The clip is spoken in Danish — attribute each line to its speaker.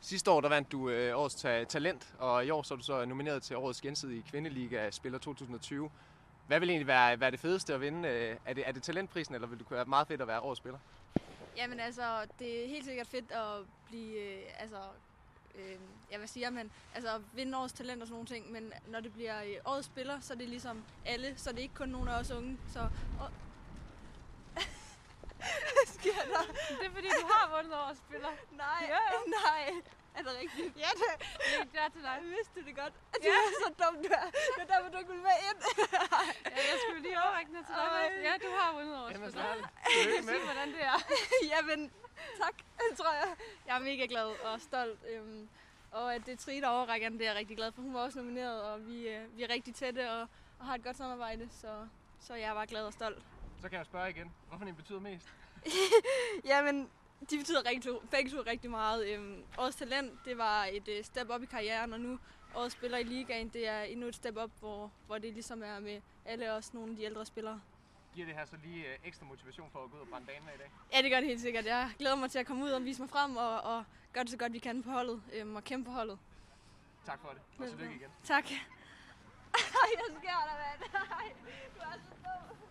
Speaker 1: Sidste år der vandt du øh, årets ta- talent, og i år så er du så nomineret til årets gensidige kvindeliga spiller 2020. Hvad vil egentlig være, være det fedeste at vinde? Øh, Er det, er det talentprisen, eller vil det kunne være meget fedt at være årets spiller?
Speaker 2: Jamen altså, det er helt sikkert fedt at blive, øh, altså, øh, jeg vil sige, men altså at vinde årets talent og sådan nogle ting, men når det bliver øh, årets spiller, så er det ligesom alle, så er det ikke kun nogen af os unge, så... Åh. Hvad sker der?
Speaker 3: Det er fordi, du har vundet over spiller.
Speaker 2: Nej,
Speaker 3: Ja, ja.
Speaker 2: nej. Er det rigtigt? Ja, det
Speaker 3: Det er til dig.
Speaker 2: Jeg vidste det godt. Det
Speaker 3: Ja.
Speaker 2: er så dumt, du er. Det er derfor, du ikke vil med ind.
Speaker 3: Ja, jeg skulle lige overrække den til dig.
Speaker 2: Ej.
Speaker 3: Mads. Ja, du har vundet over
Speaker 1: Jamen,
Speaker 3: spiller.
Speaker 1: så er det.
Speaker 3: Jeg
Speaker 1: Tillykke
Speaker 3: kan
Speaker 1: med
Speaker 3: sige,
Speaker 1: det.
Speaker 3: hvordan det er.
Speaker 2: Jamen, tak, tror jeg. Jeg er mega glad og stolt. Øhm, og at det er Trine, der overrækker den, det er jeg rigtig glad for. Hun var også nomineret, og vi, øh, vi er rigtig tætte og, og har et godt samarbejde, så, så jeg er bare glad og stolt.
Speaker 1: Så kan jeg spørge igen. Hvorfor den betyder mest?
Speaker 2: Jamen, de betyder rigtig, to- begge to rigtig meget. Øhm, årets talent, det var et øh, step op i karrieren, og nu årets spiller i ligaen, det er endnu et step op, hvor, hvor det ligesom er med alle os, nogle af de ældre spillere.
Speaker 1: Giver det her så lige øh, ekstra motivation for at gå ud og brænde banen af i dag?
Speaker 2: Ja, det gør det helt sikkert. Jeg glæder mig til at komme ud og vise mig frem, og, og gøre det så godt, vi kan på holdet, øhm, og kæmpe på holdet.
Speaker 1: Tak for det, og tillykke igen.
Speaker 2: Tak. Ej, jeg skærer dig, mand. Ej, du er så dum.